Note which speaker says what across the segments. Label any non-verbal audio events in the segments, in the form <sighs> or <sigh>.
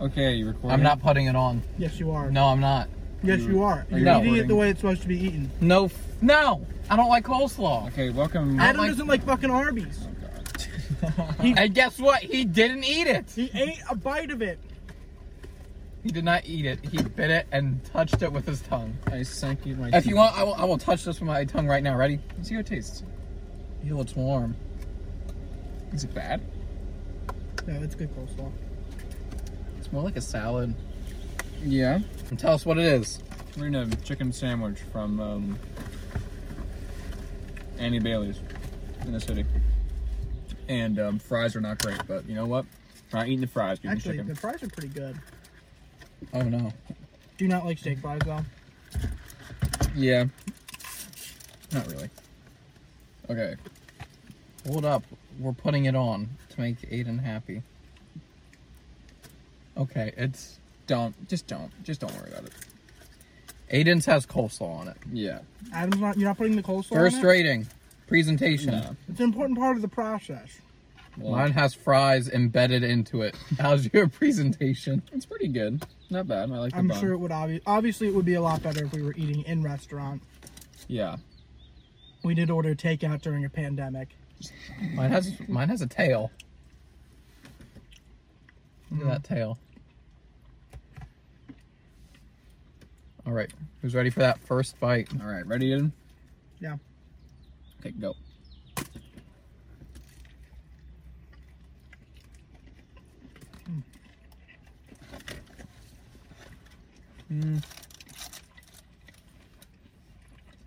Speaker 1: Okay, you recording?
Speaker 2: I'm not putting it on.
Speaker 3: Yes, you are.
Speaker 2: No, I'm not.
Speaker 3: Yes, you are.
Speaker 1: Are
Speaker 3: You're
Speaker 1: you
Speaker 3: eating
Speaker 1: recording?
Speaker 3: it the way it's supposed to be eaten.
Speaker 2: No. F- no. I don't like coleslaw.
Speaker 1: Okay, welcome.
Speaker 3: Adam
Speaker 2: like-
Speaker 3: doesn't like fucking Arby's.
Speaker 2: And guess what? He didn't eat it.
Speaker 3: He ate a bite of it.
Speaker 2: He did not eat it. He bit it and touched it with his tongue.
Speaker 1: I sank you my.
Speaker 2: If
Speaker 1: teeth.
Speaker 2: you want, I will, I will touch this with my tongue right now. Ready?
Speaker 1: Let's see how it tastes.
Speaker 2: Ew, it's warm.
Speaker 1: Is it bad?
Speaker 3: No, it's good coleslaw.
Speaker 2: It's more like a salad.
Speaker 1: Yeah.
Speaker 2: And tell us what it is.
Speaker 1: We're eating a chicken sandwich from um, Annie Bailey's in the city, and um, fries are not great. But you know what? We're not eating the fries. We're eating
Speaker 3: Actually,
Speaker 1: chicken.
Speaker 3: the fries are pretty good.
Speaker 2: Oh no.
Speaker 3: Do not like steak fries though.
Speaker 1: Yeah. Not really. Okay.
Speaker 2: Hold up. We're putting it on to make Aiden happy. Okay, it's
Speaker 1: Don't. Just don't. Just don't worry about it.
Speaker 2: Aiden's has coleslaw on it.
Speaker 1: Yeah.
Speaker 3: Adam's not. You're not putting the coleslaw.
Speaker 2: First
Speaker 3: on it?
Speaker 2: rating, presentation.
Speaker 1: No.
Speaker 3: It's an important part of the process.
Speaker 1: Well,
Speaker 2: Mine has fries embedded into it. <laughs> How's your presentation?
Speaker 1: It's pretty good. Not bad. I like the
Speaker 3: I'm
Speaker 1: bun.
Speaker 3: sure it would obvi- obviously it would be a lot better if we were eating in restaurant.
Speaker 1: Yeah.
Speaker 3: We did order takeout during a pandemic.
Speaker 2: Mine has mine has a tail. Look at that tail. All right, who's ready for that first bite?
Speaker 1: All right. Ready in?
Speaker 3: Yeah.
Speaker 1: Okay. Go.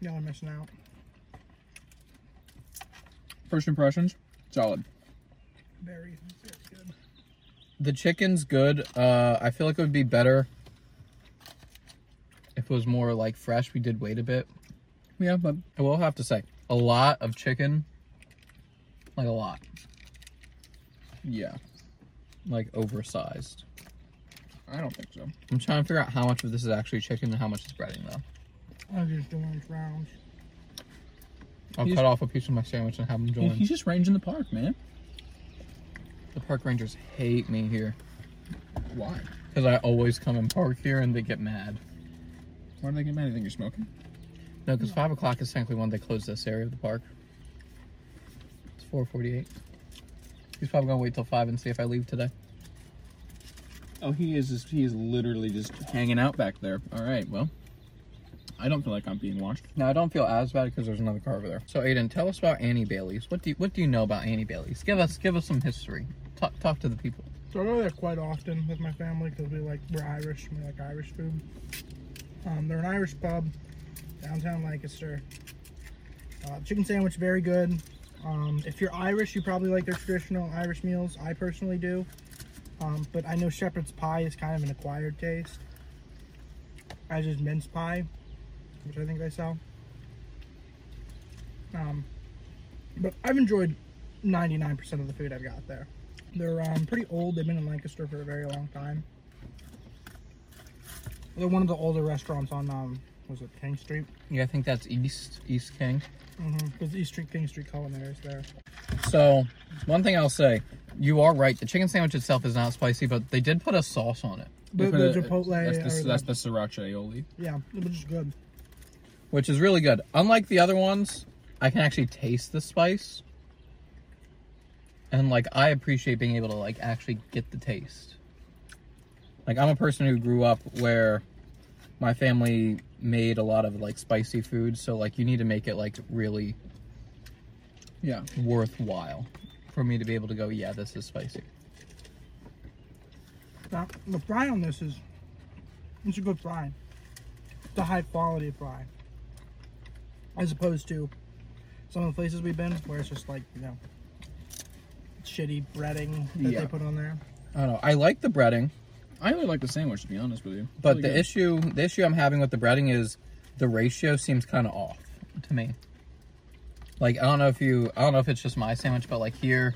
Speaker 3: No, I'm missing out.
Speaker 1: First impressions. Solid.
Speaker 3: Very, very good.
Speaker 2: The chicken's good. Uh, I feel like it would be better if it was more like fresh. We did wait a bit.
Speaker 1: Yeah, but
Speaker 2: I will have to say, a lot of chicken, like a lot,
Speaker 1: yeah.
Speaker 2: like oversized.
Speaker 1: I don't think so.
Speaker 2: I'm trying to figure out how much of this is actually chicken and how much is breading though.
Speaker 3: I'm just doing rounds.
Speaker 2: I'll
Speaker 1: He's-
Speaker 2: cut off a piece of my sandwich and have them
Speaker 1: He-
Speaker 2: join.
Speaker 1: <laughs> He's just ranging the park, man.
Speaker 2: The park rangers hate me here
Speaker 1: Why?
Speaker 2: because I always come and park here and they get mad.
Speaker 1: Why do they get mad? You think you're smoking?
Speaker 2: No, because five o'clock is technically when they close this area of the park. It's four forty-eight. He's probably gonna wait till five and see if I leave today.
Speaker 1: Oh, he is. Just, he is literally just hanging out back there. All right. Well, I don't feel like I'm being watched.
Speaker 2: Now I don't feel as bad because there's another car over there. So Aiden, tell us about Annie Bailey's. What do you what do you know about Annie Bailey's? Give us give us some history. Talk talk to the people.
Speaker 3: So I go there quite often with my family because we like we're Irish. and We like Irish food. Um, they're an Irish pub, downtown Lancaster. Uh, chicken sandwich, very good. Um, if you're Irish, you probably like their traditional Irish meals. I personally do, um, but I know shepherd's pie is kind of an acquired taste. As is mince pie, which I think they sell. Um, but I've enjoyed 99% of the food I've got there. They're um, pretty old. They've been in Lancaster for a very long time. They're one of the older restaurants on um, was it King Street?
Speaker 2: Yeah, I think that's East East King.
Speaker 3: Because East Street King Street Culinary is there.
Speaker 2: So one thing I'll say, you are right. The chicken sandwich itself is not spicy, but they did put a sauce on it,
Speaker 3: The,
Speaker 1: They
Speaker 3: the
Speaker 1: put a-
Speaker 3: Chipotle,
Speaker 1: That's
Speaker 3: or
Speaker 1: the, that's the sriracha aioli.
Speaker 3: yeah, it was just good.
Speaker 2: which is really good. Unlike the other ones, I can actually taste the spice, and like I appreciate being able to like actually get the taste. Like I'm a person who grew up where my family made a lot of like spicy food, so like you need to make it like really
Speaker 1: Yeah.
Speaker 2: worthwhile for me to be able to go, yeah, this is spicy.
Speaker 3: Now, the fry on this is it's a good fry. It's a high quality fry, as opposed to some of the places we've been where it's just like you know shitty breading that
Speaker 1: Yeah.
Speaker 3: they put on there.
Speaker 2: I don't know. I like the breading.
Speaker 1: I really like the sandwich, to be honest with you. It's
Speaker 2: But
Speaker 1: really
Speaker 2: the
Speaker 1: good.
Speaker 2: issue, the issue I'm having with the breading is the ratio seems kind of off to me. Like I don't know if you, I don't know if it's just my sandwich, but like here,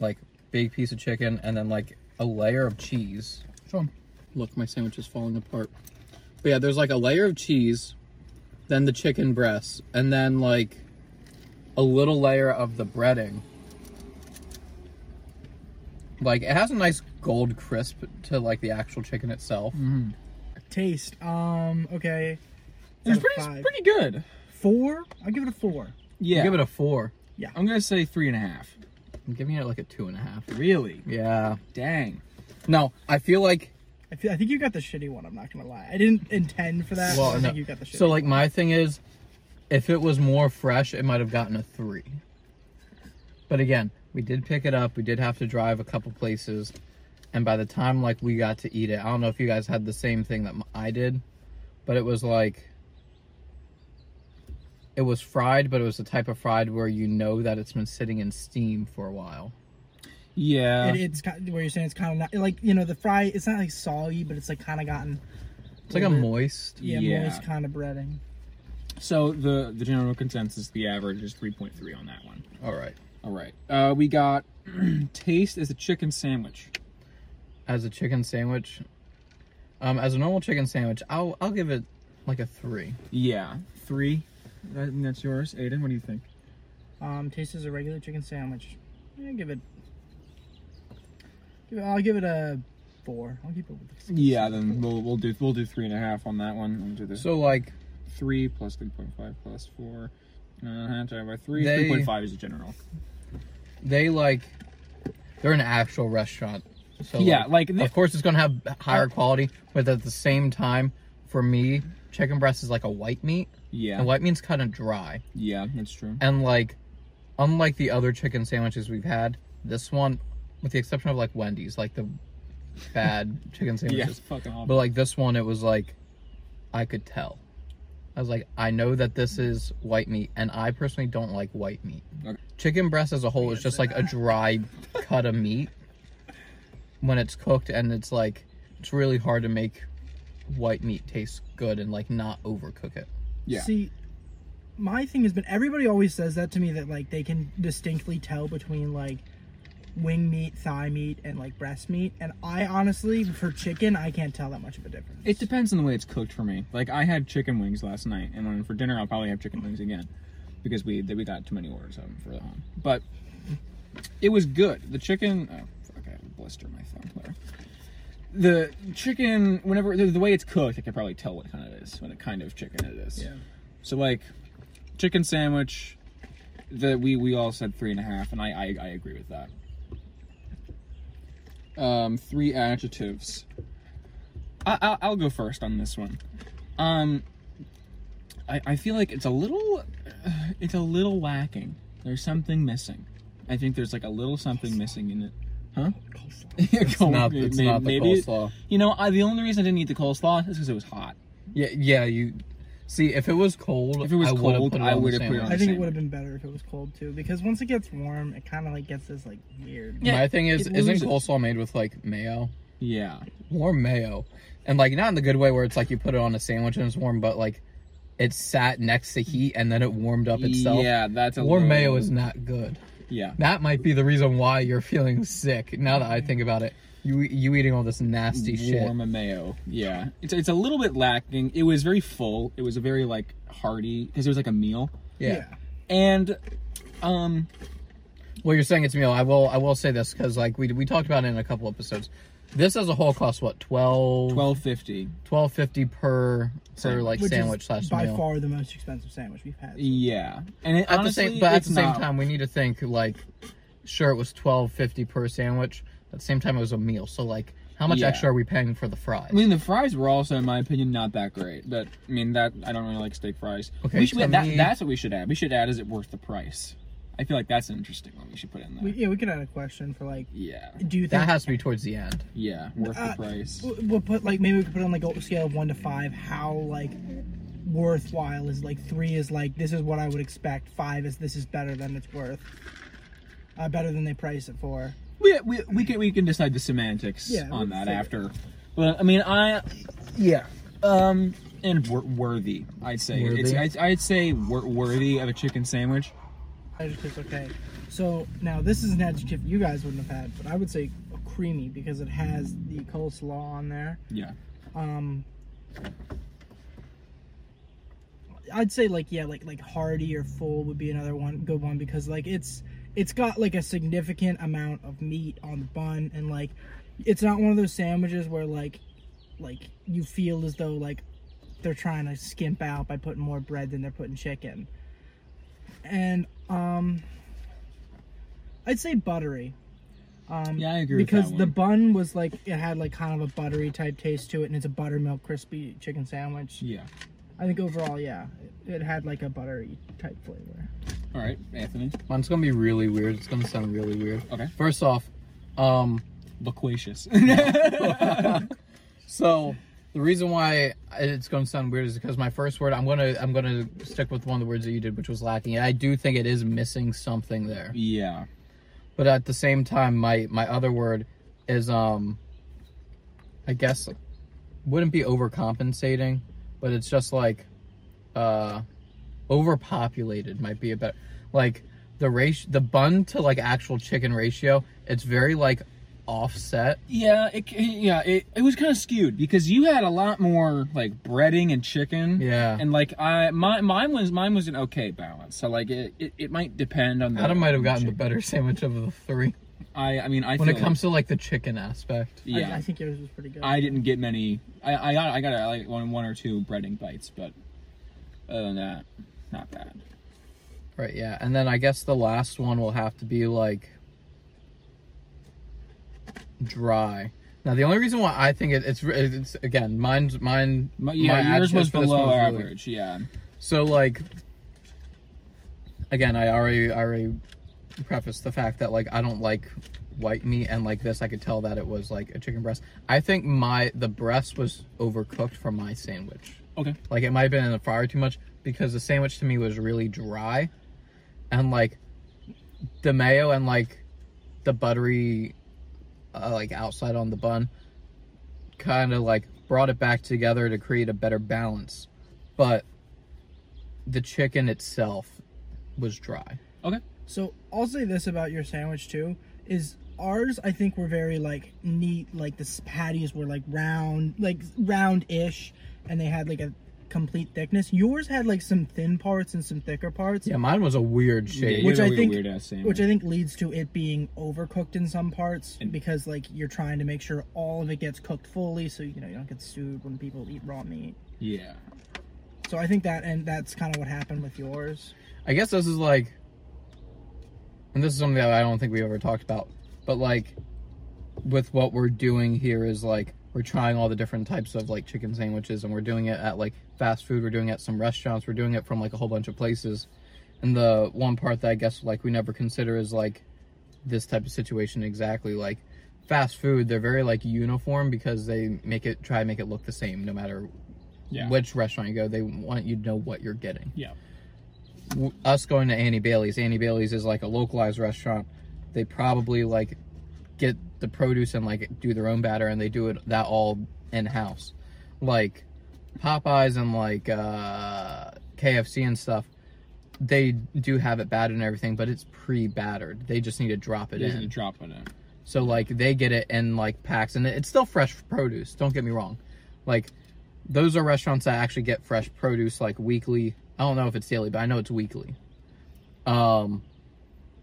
Speaker 2: like big piece of chicken and then like a layer of cheese.
Speaker 1: Sean,
Speaker 2: Look, my sandwich is falling apart. But yeah, there's like a layer of cheese, then the chicken breasts, and then like a little layer of the breading. Like it has a nice gold crisp to like the actual chicken itself.
Speaker 3: Taste. Um. Okay.
Speaker 1: It was
Speaker 3: Out of
Speaker 1: pretty
Speaker 3: five.
Speaker 1: pretty good.
Speaker 3: Four. I'll give it a four.
Speaker 1: Yeah.
Speaker 2: Give it a four.
Speaker 1: I'm gonna say three and a half.
Speaker 2: I'm giving it like a two and a half.
Speaker 1: Really?
Speaker 2: Yeah.
Speaker 1: Dang.
Speaker 2: No, I feel like
Speaker 3: I, feel, I think you got the shitty one. I'm not gonna lie. I didn't intend for that.
Speaker 2: well,
Speaker 3: but
Speaker 2: no.
Speaker 3: I think you got the shitty.
Speaker 2: so like my thing is, if it was more fresh, it might have gotten a three. But again, we did pick it up. We did have to drive a couple places, and by the time like we got to eat it, I don't know if you guys had the same thing that m- I did, but it was like. It was fried, but it was the type of fried where you know that it's been sitting in steam for a while.
Speaker 1: Yeah.
Speaker 3: It,
Speaker 2: uh,
Speaker 3: it's kind where you're saying it's kind of not like you know the fry. It's not like soggy, but it's like kind of gotten
Speaker 2: It's like a moist.
Speaker 3: yeah,
Speaker 1: Yeah.
Speaker 3: moist kind of breading.
Speaker 1: So the the general consensus, the average is three point three on that one.
Speaker 2: All right.
Speaker 1: All right. Uh, we got <clears throat> taste is a chicken sandwich.
Speaker 2: as a chicken sandwich um as a normal chicken sandwich i'll i'll give it like a three
Speaker 1: Yeah. Three. I think that's yours, Aiden. What do you think?
Speaker 3: Um, tastes as a regular chicken sandwich. Yeah, give it. give it- I'll give it a four. I'll keep it with the
Speaker 1: Yeah. Then we'll we'll do we'll do three and a half on that one. We'll do the
Speaker 2: so like
Speaker 1: three plus three point five plus four. Uh, divided by three.
Speaker 2: They-
Speaker 1: Three point five is the general.
Speaker 2: they like they're an actual restaurant so
Speaker 1: yeah.
Speaker 2: like,
Speaker 1: Like,
Speaker 2: of course it's gonna have higher quality but at the same time for me chicken breast is like a white meat
Speaker 1: yeah.
Speaker 2: and white meat's kind of dry
Speaker 1: yeah. That's true.
Speaker 2: and like unlike the other chicken sandwiches we've had this one with the exception of like wendy's like the bad
Speaker 1: <laughs>
Speaker 2: chicken
Speaker 1: Yeah.
Speaker 2: sandwiches
Speaker 1: It's fucking
Speaker 2: But
Speaker 1: awful.
Speaker 2: like this one, it was like, I could tell. I was like, I know that this is white meat, and I personally don't like white meat.
Speaker 1: Okay.
Speaker 2: Chicken breast as a whole is just like a dry cut of meat when it's cooked, and it's like, it's really hard to make white meat taste good and like not overcook it.
Speaker 1: Yeah.
Speaker 3: See, my thing has been everybody always says that to me that like they can distinctly tell between like wing meat, thigh meat, and like breast meat. And I honestly, for chicken, I can't tell that much of a difference.
Speaker 1: It depends on the way it's cooked for me. Like I had chicken wings last night, and when for dinner I'll probably have chicken wings again, because we that we got too many orders of them for the home. But it was good. The chicken. Oh, fuck! I have a blister on my thumb. Whatever. The chicken, whenever the, the way it's cooked, I can probably tell what kind it is, what kind of chicken it is.
Speaker 3: Yeah.
Speaker 1: So like, chicken sandwich. That we we all said three and a half, and I I, I agree with that. Um, three adjectives. I, I, I'll go first on this one. Um, I, I feel like it's a little, <sighs> it's a little lacking. There's something missing. I think there's like a little something missing in it. <laughs> Huh?
Speaker 3: Coleslaw.
Speaker 1: It's
Speaker 2: not- it's not the coleslaw.
Speaker 1: You know, I, the only reason I didn't eat the coleslaw is because it was hot.
Speaker 2: Yeah, yeah. You see, if it was cold,
Speaker 1: If it was
Speaker 2: I would've
Speaker 1: cold,
Speaker 2: put it
Speaker 1: I
Speaker 2: on the
Speaker 1: would've put it
Speaker 2: sandwich.
Speaker 1: on
Speaker 3: I think it would have been better if it was cold too, because once it gets warm, it kind of like gets this like weird.
Speaker 1: Yeah,
Speaker 2: My thing is,
Speaker 1: it
Speaker 2: isn't
Speaker 1: loses.
Speaker 2: coleslaw made with like mayo?
Speaker 1: Yeah.
Speaker 2: warm mayo and like not in the good way where it's like you put it on a sandwich and it's warm but like it sat next to heat and then it warmed up itself
Speaker 1: Yeah, that's a
Speaker 2: warm
Speaker 1: little-
Speaker 2: mayo is not good
Speaker 1: Yeah.
Speaker 2: that might be the reason why you're feeling sick now that i think about it you you eating all this nasty shit
Speaker 1: warm mayo. Yeah, it's it's a little bit lacking. It was very full. It was a very like hearty because it was like a meal.
Speaker 2: yeah.
Speaker 1: And um,
Speaker 2: well you're saying it's meal i will i will say this because like we we talked about it in a couple episodes this as a whole costs what 12
Speaker 1: twelve fifty.
Speaker 2: 12.50 per per like
Speaker 3: Which
Speaker 2: sandwich
Speaker 3: is
Speaker 2: slash
Speaker 3: by
Speaker 2: meal
Speaker 3: far the most expensive sandwich we've had.
Speaker 1: Yeah, and it,
Speaker 2: at
Speaker 1: honestly,
Speaker 2: the same but at
Speaker 1: it's
Speaker 2: the same
Speaker 1: not-
Speaker 2: time we need to think like sure it was twelve fifty per sandwich at the same time it was a meal so like how much
Speaker 1: Yeah.
Speaker 2: extra are we paying for the fries
Speaker 1: I mean, the fries were also, in my opinion, not that great. But I mean, that I don't really like steak fries.
Speaker 2: Okay,
Speaker 1: we should,
Speaker 2: to
Speaker 1: that,
Speaker 2: me-
Speaker 1: that's what we should add. We should add is it worth the price? I feel like that's an interesting one we should put in there.
Speaker 3: We, yeah, we could add a question for like,
Speaker 1: yeah,
Speaker 3: do you think
Speaker 2: that has to be towards the end
Speaker 1: yeah, worth
Speaker 3: Uh,
Speaker 1: the price.
Speaker 3: We'll- We'll put like maybe we could put on like a scale of one to five. How like worthwhile is like three is like this is what I would expect. Five is this is better than it's worth. Uh, better than they price it for.
Speaker 1: We, we, we can we can decide the semantics on
Speaker 3: Yeah, we'll
Speaker 1: that
Speaker 3: figure it
Speaker 1: after. But I mean, I yeah, um, and wor- worthy. I'd say it's
Speaker 2: Worthy?
Speaker 1: I'd, I'd say wor- worthy of a chicken sandwich.
Speaker 3: Adjectives okay. So now this is an adjective you guys wouldn't have had, but I would say creamy because it has the coleslaw on there.
Speaker 1: Yeah,
Speaker 3: Um, I'd say like yeah, like like hearty or full would be another one good one because like it's it's got like a significant amount of meat on the bun and like it's not one of those sandwiches where like like you feel as though like they're trying to skimp out by putting more bread than they're putting chicken. And um I'd say buttery. Um
Speaker 1: Yeah, I agree with
Speaker 3: because
Speaker 1: that
Speaker 3: the
Speaker 1: one.
Speaker 3: bun was like it had like kind of a buttery type taste to it and it's a buttermilk crispy chicken sandwich.
Speaker 1: Yeah.
Speaker 3: I think overall, yeah, it, it had like a buttery type flavor.
Speaker 1: All right, Anthony.
Speaker 2: Mine's gonna be really weird. It's gonna sound really weird.
Speaker 1: Okay.
Speaker 2: First off, um,
Speaker 3: <laughs>
Speaker 1: Loquacious.
Speaker 2: so the reason why it's gonna sound weird is because my first word I'm gonna I'm gonna stick with one of the words that you did, which was lacking. I do think it is missing something there.
Speaker 1: yeah.
Speaker 2: But at the same time, my my other word is um, I guess wouldn't be overcompensating, but it's just like uh, overpopulated might be a better like the ratio the bun to like actual chicken ratio. It's very like offset.
Speaker 1: Yeah, it yeah, it, it was kind of skewed because you had a lot more like breading and chicken.
Speaker 2: Yeah.
Speaker 1: And like I my mine was mine was an okay balance. So like it it, it might depend on the
Speaker 2: Adam might have gotten the
Speaker 1: chicken.
Speaker 2: better sandwich of the three
Speaker 1: I I mean I
Speaker 2: when
Speaker 1: feel
Speaker 2: it comes to like the chicken aspect.
Speaker 1: like,
Speaker 3: I,
Speaker 1: yeah.
Speaker 3: I think yours was pretty good.
Speaker 1: I didn't get many. I, I got I got uh, like one one or two breading bites, but other than that, not bad.
Speaker 2: Right, yeah. And then I guess the last one will have to be like dry. Now the only reason why I think it, it's it's again mine's mine
Speaker 1: My, yeah, yours
Speaker 2: adjectives
Speaker 1: was
Speaker 2: for this
Speaker 1: below
Speaker 2: one's really-
Speaker 1: average. Yeah,
Speaker 2: so like again, I already I already prefaced the fact that like I don't like white meat and like this I could tell that it was like a chicken breast. I think my the breast was overcooked for my sandwich.
Speaker 1: okay.
Speaker 2: Like it might have been in the fryer too much because the sandwich to me was really dry, and like the mayo and like the buttery, uh, like outside on the bun, kind of like brought it back together to create a better balance. But the chicken itself was dry.
Speaker 3: so I'll say this about your sandwich too: is ours I think were very like neat, like the s- patties were like round, like round-ish, and they had like a complete thickness. Yours had like some thin parts and some thicker parts,
Speaker 2: Yeah, mine was a weird shape.
Speaker 1: you
Speaker 3: Which
Speaker 1: had a
Speaker 3: I
Speaker 1: weird-
Speaker 3: think-
Speaker 1: weird-ass sandwich.
Speaker 3: which I think leads to it being overcooked in some parts
Speaker 1: Mm. And-
Speaker 3: because like you're trying to make sure all of it gets cooked fully, so you know you don't get sued when people eat raw meat.
Speaker 1: yeah.
Speaker 3: So I think that and that's kind of what happened with yours.
Speaker 2: I guess this is like, and this is something that I don't think we ever talked about, but like, with what we're doing here is like we're trying all the different types of like chicken sandwiches, and we're doing it at like fast food, we're doing it at some restaurants, we're doing it from like a whole bunch of places, and the one part that I guess like we never consider is like this type of situation exactly like fast food they're very like uniform because they make it try to make it look the same no matter
Speaker 1: Yeah.
Speaker 2: which restaurant you go they want you to know what you're getting
Speaker 1: Yeah.
Speaker 2: w- us going to Annie Bailey's. Annie Bailey's is like a localized restaurant. They probably like get the produce and like do their own batter, and they do it that all in house. Like Popeyes and like uh, KFC and stuff, they do have it battered and everything, but it's pre-battered. They just need to drop it
Speaker 1: It isn't a
Speaker 2: in.
Speaker 1: drop in it.
Speaker 2: So like they get it in like packs, and it's still fresh produce. Don't get me wrong. Like those are restaurants that actually get fresh produce like weekly. I don't know if it's daily, but I know it's weekly. Um,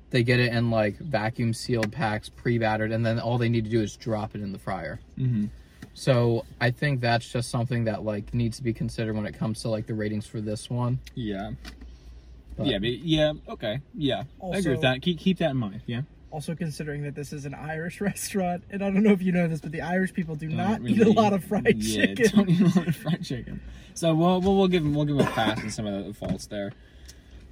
Speaker 2: they get it in like vacuum sealed packs, pre battered, and then all they need to do is drop it in the fryer.
Speaker 1: Mm-hmm.
Speaker 2: So I think that's just something that like needs to be considered when it comes to like the ratings for this one.
Speaker 1: Yeah.
Speaker 2: But-
Speaker 1: yeah. But, yeah. Okay. Yeah. I agree
Speaker 3: Also-
Speaker 1: with that. Keep keep that in mind. Yeah.
Speaker 3: Also, considering that this is an Irish <laughs> restaurant, and I don't know if you know this, but the Irish people do not eat a
Speaker 1: really-
Speaker 3: lot of
Speaker 1: <laughs>
Speaker 3: fried
Speaker 1: yeah,
Speaker 3: chicken.
Speaker 1: Don't eat a lot of fried chicken. So we'll we'll, we'll give him we'll give him a pass on some of the faults there.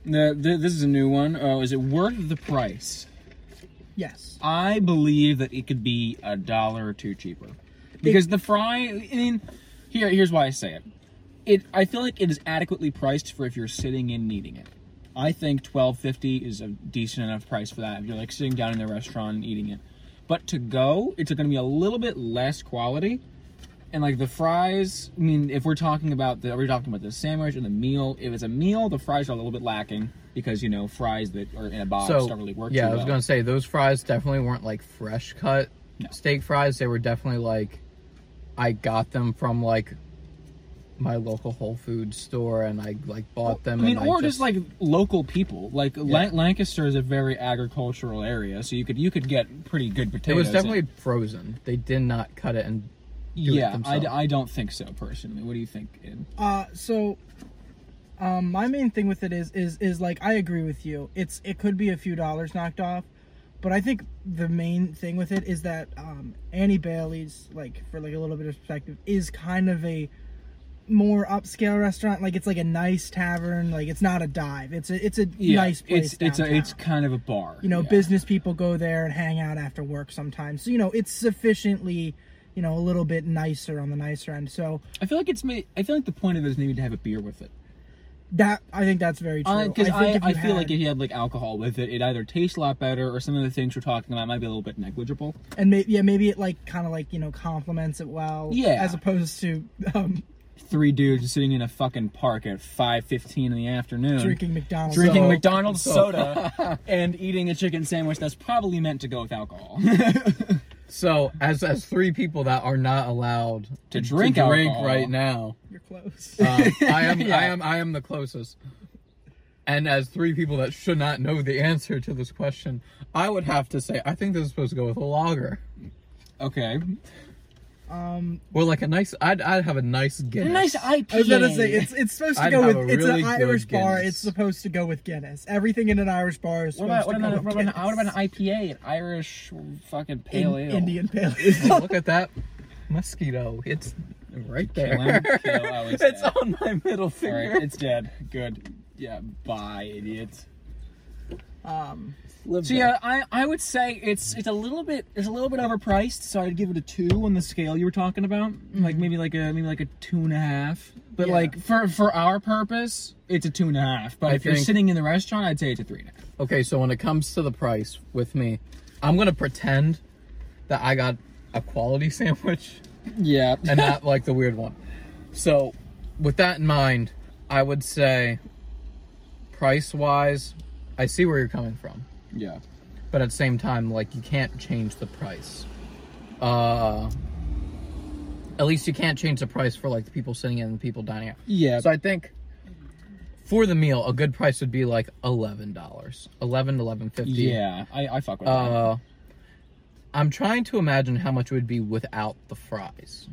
Speaker 1: The, the, this is a new one. Oh, is it worth the price?
Speaker 3: <laughs> Yes.
Speaker 1: I believe that it could be a dollar or two cheaper. Because the fry, I mean, here, here's why I say it. It, I feel like it is adequately priced for if you're sitting in needing it. I think twelve fifty is a decent enough price for that. If you're like sitting down in the restaurant and eating it, but to go, it's going to be a little bit less quality. And like the fries, I mean, if we're talking about the, we're talking about the sandwich and the meal. If it's a meal, the fries are a little bit lacking because you know fries that are in a box
Speaker 2: So
Speaker 1: don't really work.
Speaker 2: yeah,
Speaker 1: too
Speaker 2: I was
Speaker 1: well.
Speaker 2: gonna say those fries definitely weren't like fresh cut
Speaker 1: No.
Speaker 2: steak fries. They were definitely like I got them from like my local Whole Foods store and I like bought them.
Speaker 1: I mean,
Speaker 2: and
Speaker 1: or just, like local people. Like Lan- Lancaster is a very agricultural area, so you could you could get pretty good
Speaker 2: it
Speaker 1: potatoes.
Speaker 2: was
Speaker 1: in-
Speaker 2: definitely frozen. They did not cut it and do it
Speaker 1: yeah. I,
Speaker 2: themselves.
Speaker 1: I don't think so personally. What do you think? Ed?
Speaker 3: Uh, so, um, my main thing with it is is is like I agree with you. It's it could be a few dollars knocked off, but I think the main thing with it is that um, Annie Bailey's like for like a little bit of perspective is kind of a more upscale restaurant. Like it's like a nice tavern. Like it's not a dive. It's a it's a
Speaker 1: Yeah,
Speaker 3: nice
Speaker 1: It's
Speaker 3: place.
Speaker 1: it's a,
Speaker 3: downtown.
Speaker 1: it's kind of a bar.
Speaker 3: you know
Speaker 1: yeah.
Speaker 3: business people go there and hang out after work sometimes. So you know it's sufficiently you know a little bit nicer on the nicer end. So
Speaker 1: I feel like it's made. I feel like the point of it is maybe to have a beer with it.
Speaker 3: That I think that's very true.
Speaker 1: Because
Speaker 3: think
Speaker 1: I, I,
Speaker 3: if you
Speaker 1: feel like if
Speaker 3: had-
Speaker 1: you had like alcohol with it, it either tastes a lot better, or some of the things we're talking about might be a little bit negligible.
Speaker 3: and maybe yeah, maybe it like kind of like you know complements it well.
Speaker 1: Yeah.
Speaker 3: as opposed to um,
Speaker 1: Three dudes sitting in a fucking park at five fifteen in the afternoon,
Speaker 3: drinking McDonald's.
Speaker 1: drinking
Speaker 2: So-
Speaker 1: McDonald's
Speaker 2: so-
Speaker 1: soda, and eating a chicken sandwich that's probably meant to go with alcohol.
Speaker 2: So as as three people that are not allowed
Speaker 1: To drink alcohol.
Speaker 2: right now,
Speaker 3: You're close.
Speaker 1: Uh,
Speaker 2: um, I am I am I am the closest. And as three people that should not know the answer to this question, I would have to say I think this is supposed to go with a lager.
Speaker 1: okay,
Speaker 3: Um,
Speaker 2: Or like a nice I'd I'd have a nice Guinness.
Speaker 1: nice IPA.
Speaker 3: <laughs> I was gonna say it's it's supposed to
Speaker 2: I'd
Speaker 3: go
Speaker 2: have
Speaker 3: with
Speaker 2: a
Speaker 3: it's
Speaker 2: really
Speaker 3: an
Speaker 2: good
Speaker 3: Irish bar.
Speaker 2: Guinness.
Speaker 3: It's supposed to go with Guinness. Everything in an Irish bar is
Speaker 1: What about,
Speaker 3: supposed
Speaker 1: what,
Speaker 3: to go
Speaker 1: about,
Speaker 3: with
Speaker 1: what, about an, what
Speaker 3: Guinness.
Speaker 1: about an IPA, an Irish fucking
Speaker 3: In-
Speaker 1: pale ale? <laughs>
Speaker 3: Indian pale
Speaker 2: Oh,
Speaker 3: ale?
Speaker 2: Look at that mosquito. It's right there.
Speaker 1: Kill him, kill how it's
Speaker 2: it's
Speaker 1: dead.
Speaker 2: on my middle
Speaker 1: All
Speaker 2: finger.
Speaker 1: right, it's dead. Good. Yeah, bye, idiots.
Speaker 3: um,
Speaker 1: So yeah, I, I would say it's it's a little bit it's a little bit overpriced, so I'd give it a two on the scale you were talking about.
Speaker 2: Mm-hmm.
Speaker 1: Like maybe like a maybe like a two and a half. But
Speaker 3: Yeah.
Speaker 1: like for for our purpose, it's a two and a half. But
Speaker 2: I
Speaker 1: if you're
Speaker 2: think-
Speaker 1: sitting in the restaurant, I'd say it's a three and a half.
Speaker 2: Okay, so when it comes to the price with me, I'm gonna pretend that I got a quality <laughs> sandwich
Speaker 1: Yeah.
Speaker 2: and not like the weird one. So, with that in mind, I would say price wise, I see where you're coming from,
Speaker 1: yeah.
Speaker 2: but at the same time, like you can't change the price. Uh, at least you can't change the price for like the people sitting in and the people dining out.
Speaker 1: Yeah.
Speaker 2: So I think for the meal, a good price would be like eleven dollars, eleven to eleven fifty.
Speaker 1: yeah. I, I fuck with that.
Speaker 2: Uh, I'm trying to imagine how much it would be without the fries.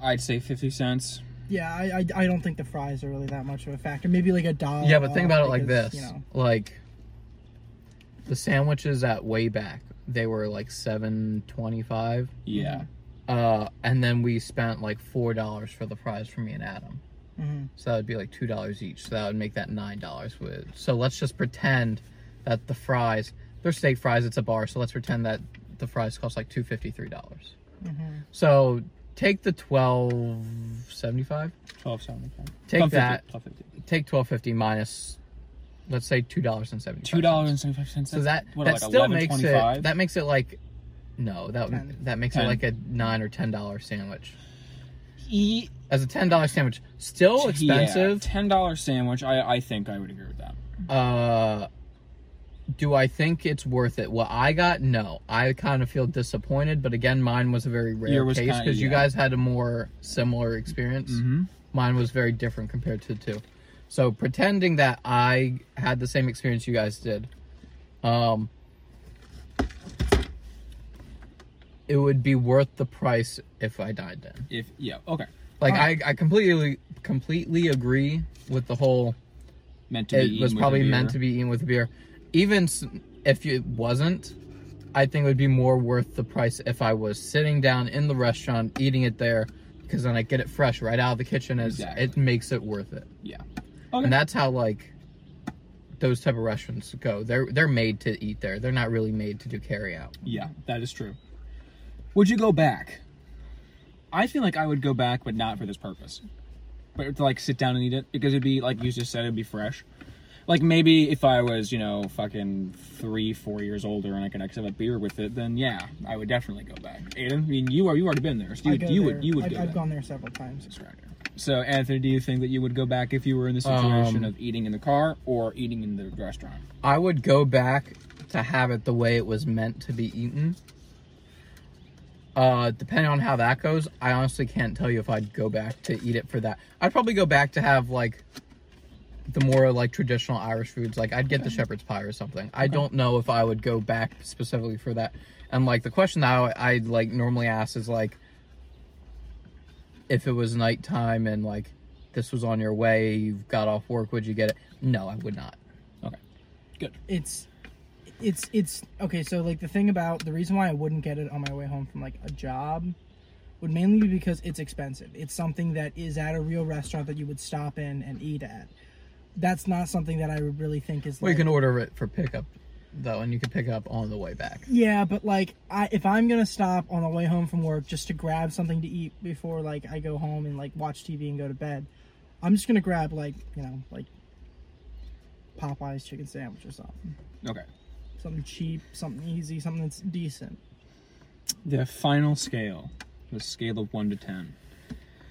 Speaker 1: I'd say fifty cents.
Speaker 3: yeah, I, I I don't think the fries are really that much of a factor. Maybe like a dollar.
Speaker 2: yeah, but think about it like
Speaker 3: because,
Speaker 2: this:
Speaker 3: You know,
Speaker 2: like the sandwiches at way back, they were like seven twenty-five,
Speaker 1: Yeah.
Speaker 2: uh, and then we spent like four dollars for the fries for me and Adam.
Speaker 3: mhm.
Speaker 2: So that would be like two dollars each. So that would make that nine dollars. With so let's just pretend that the fries, they're steak fries. It's a bar, so let's pretend that the fries cost like two fifty-three dollars.
Speaker 3: Mhm.
Speaker 2: So take the twelve seventy-five.
Speaker 1: Twelve seventy five.
Speaker 2: Take that. Take twelve fifty minus, let's say two dollars and seventy.
Speaker 1: Two dollars and seventy five cents.
Speaker 2: So that
Speaker 1: what,
Speaker 2: that
Speaker 1: like
Speaker 2: still makes it.
Speaker 1: 11.25?
Speaker 2: That makes it like, no, that
Speaker 3: Ten.
Speaker 2: that makes
Speaker 1: Ten.
Speaker 2: it like a nine or ten dollar sandwich.
Speaker 1: E-
Speaker 2: As a ten dollar sandwich, still expensive.
Speaker 1: Yeah, Ten dollar sandwich. I I think I would agree with that.
Speaker 2: Uh, do I think it's worth it? What I got, no. I kind of feel disappointed, but again, mine was a very rare
Speaker 1: Yours was
Speaker 2: case
Speaker 1: kinda-
Speaker 2: because you
Speaker 1: yeah. Mm-hmm.
Speaker 2: guys had a more similar experience. Mine was very different compared to the two. So pretending that I had the same experience you guys did, um, it would be worth the price if I dined in.
Speaker 1: If yeah, okay.
Speaker 2: Like I, I completely, completely agree with the whole
Speaker 1: Meant to be.
Speaker 2: it was probably meant to be eaten with beer. Even s- if it wasn't, I think it would be more worth the price if I was sitting down in the restaurant eating it there, because then I get it fresh right out of the kitchen. Is
Speaker 1: Exactly.
Speaker 2: it makes it worth it,
Speaker 1: Yeah.
Speaker 2: and that's how like those type of restaurants go. They're they're made to eat there. They're not really made to do carry out.
Speaker 1: Yeah, that is true. Would you go back? I feel like I would go back, but not for this purpose. But to like sit down and eat it because it'd be like you just said, it'd be fresh. Like maybe if I was, you know, fucking three, four years older and I could actually have a beer with it, then yeah, I would definitely go back. Aiden, I mean, you are you already been there, so
Speaker 3: I
Speaker 1: you,
Speaker 3: go
Speaker 1: you
Speaker 3: there.
Speaker 1: would you would
Speaker 3: I've,
Speaker 1: go
Speaker 3: I've
Speaker 1: back.
Speaker 3: gone there several times.
Speaker 1: So Anthony, do you think that you would go back if you were in the situation
Speaker 2: Um,
Speaker 1: of eating in the car or eating in the restaurant?
Speaker 2: I would go back to have it the way it was meant to be eaten. Uh, depending on how that goes, I honestly can't tell you if I'd go back to eat it for that. I'd probably go back to have like the more like traditional Irish foods. Like I'd get the shepherd's pie or something. I don't know if I would go back specifically for that. And like the question that I, I like normally ask is like, if it was nighttime and like this was on your way, you got off work, would you get it? No, I would not.
Speaker 3: it's it's it's okay so like the thing about the reason why i wouldn't get it on my way home from like a job would mainly be because it's expensive it's something that is at a real restaurant that you would stop in and eat at that's not something that i would really think is
Speaker 2: Well, you
Speaker 3: like,
Speaker 2: can order it for pickup though, and you can pick it up on the way back.
Speaker 3: yeah but like i if i'm gonna stop on the way home from work just to grab something to eat before like i go home and like watch tv and go to bed i'm just gonna grab like you know like popeye's chicken sandwich or something
Speaker 1: Okay.
Speaker 3: something cheap something easy something that's decent
Speaker 1: The final scale, the scale of one to
Speaker 2: <sighs>
Speaker 1: ten.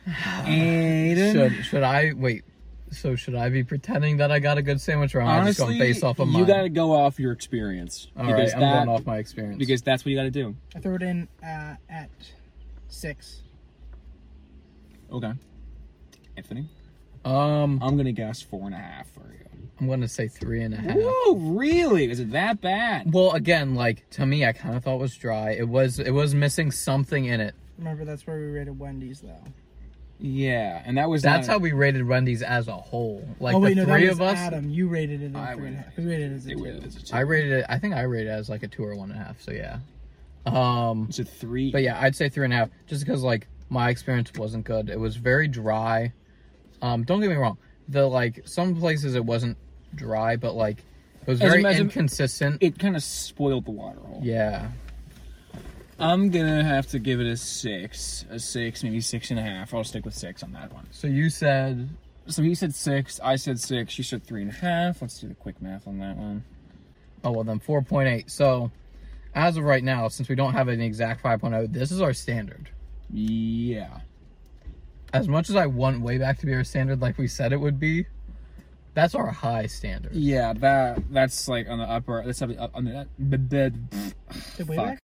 Speaker 1: Aiden,
Speaker 2: Should should I wait? So should I be pretending that I got a good sandwich, or am I just
Speaker 1: honestly,
Speaker 2: going based off of mine?
Speaker 4: you got to go off your experience.
Speaker 2: All
Speaker 4: because
Speaker 2: right, I'm
Speaker 4: that-
Speaker 2: going off my experience.
Speaker 1: because that's what you got to do.
Speaker 3: I throw it in uh, at six.
Speaker 1: Okay. Anthony,
Speaker 2: um,
Speaker 1: I'm gonna guess four and a half for you.
Speaker 2: I'm going to say three and a half.
Speaker 1: Whoa, really? Is it that bad?
Speaker 2: Well, again, like to me, I kind of thought it was dry. It was it was missing something in it.
Speaker 3: Remember, that's where we rated Wendy's though.
Speaker 1: Yeah, and that was
Speaker 2: That's
Speaker 1: not-
Speaker 2: how we rated Wendy's as a whole. Like
Speaker 3: oh wait,
Speaker 2: the
Speaker 3: no,
Speaker 2: three
Speaker 3: that
Speaker 2: of
Speaker 3: was
Speaker 2: us,
Speaker 3: Adam. You rated it.
Speaker 1: I
Speaker 3: As three
Speaker 1: rated
Speaker 3: and a half. We rated it as a
Speaker 1: It
Speaker 3: two.
Speaker 1: was- it's a two.
Speaker 2: I rated it. I think I rated it as like a two or one and a half. So yeah. Um,
Speaker 1: It's a three.
Speaker 2: but yeah, I'd say three and a half, just because like my experience wasn't good. It was very dry. Um, don't get me wrong. The like some places it wasn't dry, but like it was
Speaker 1: As a
Speaker 2: very
Speaker 1: measure-
Speaker 2: inconsistent.
Speaker 1: it kind of spoiled the water hole.
Speaker 2: yeah,
Speaker 1: I'm gonna have to give it a six, a six, maybe six and a half. I'll stick with six on that one.
Speaker 2: So you said
Speaker 1: So he said six, I said six, she said three and a half. Let's do the quick math on that one.
Speaker 2: Oh well, then 4.8. So, as of right now, since we don't have an exact 5.0, this is our standard.
Speaker 1: Yeah.
Speaker 2: As much as I want way back to be our standard, like we said it would be, that's our high standard.
Speaker 1: Yeah, that that's like on the upper. That's on the, on the, the, the
Speaker 3: Did way
Speaker 1: fuck.
Speaker 3: back?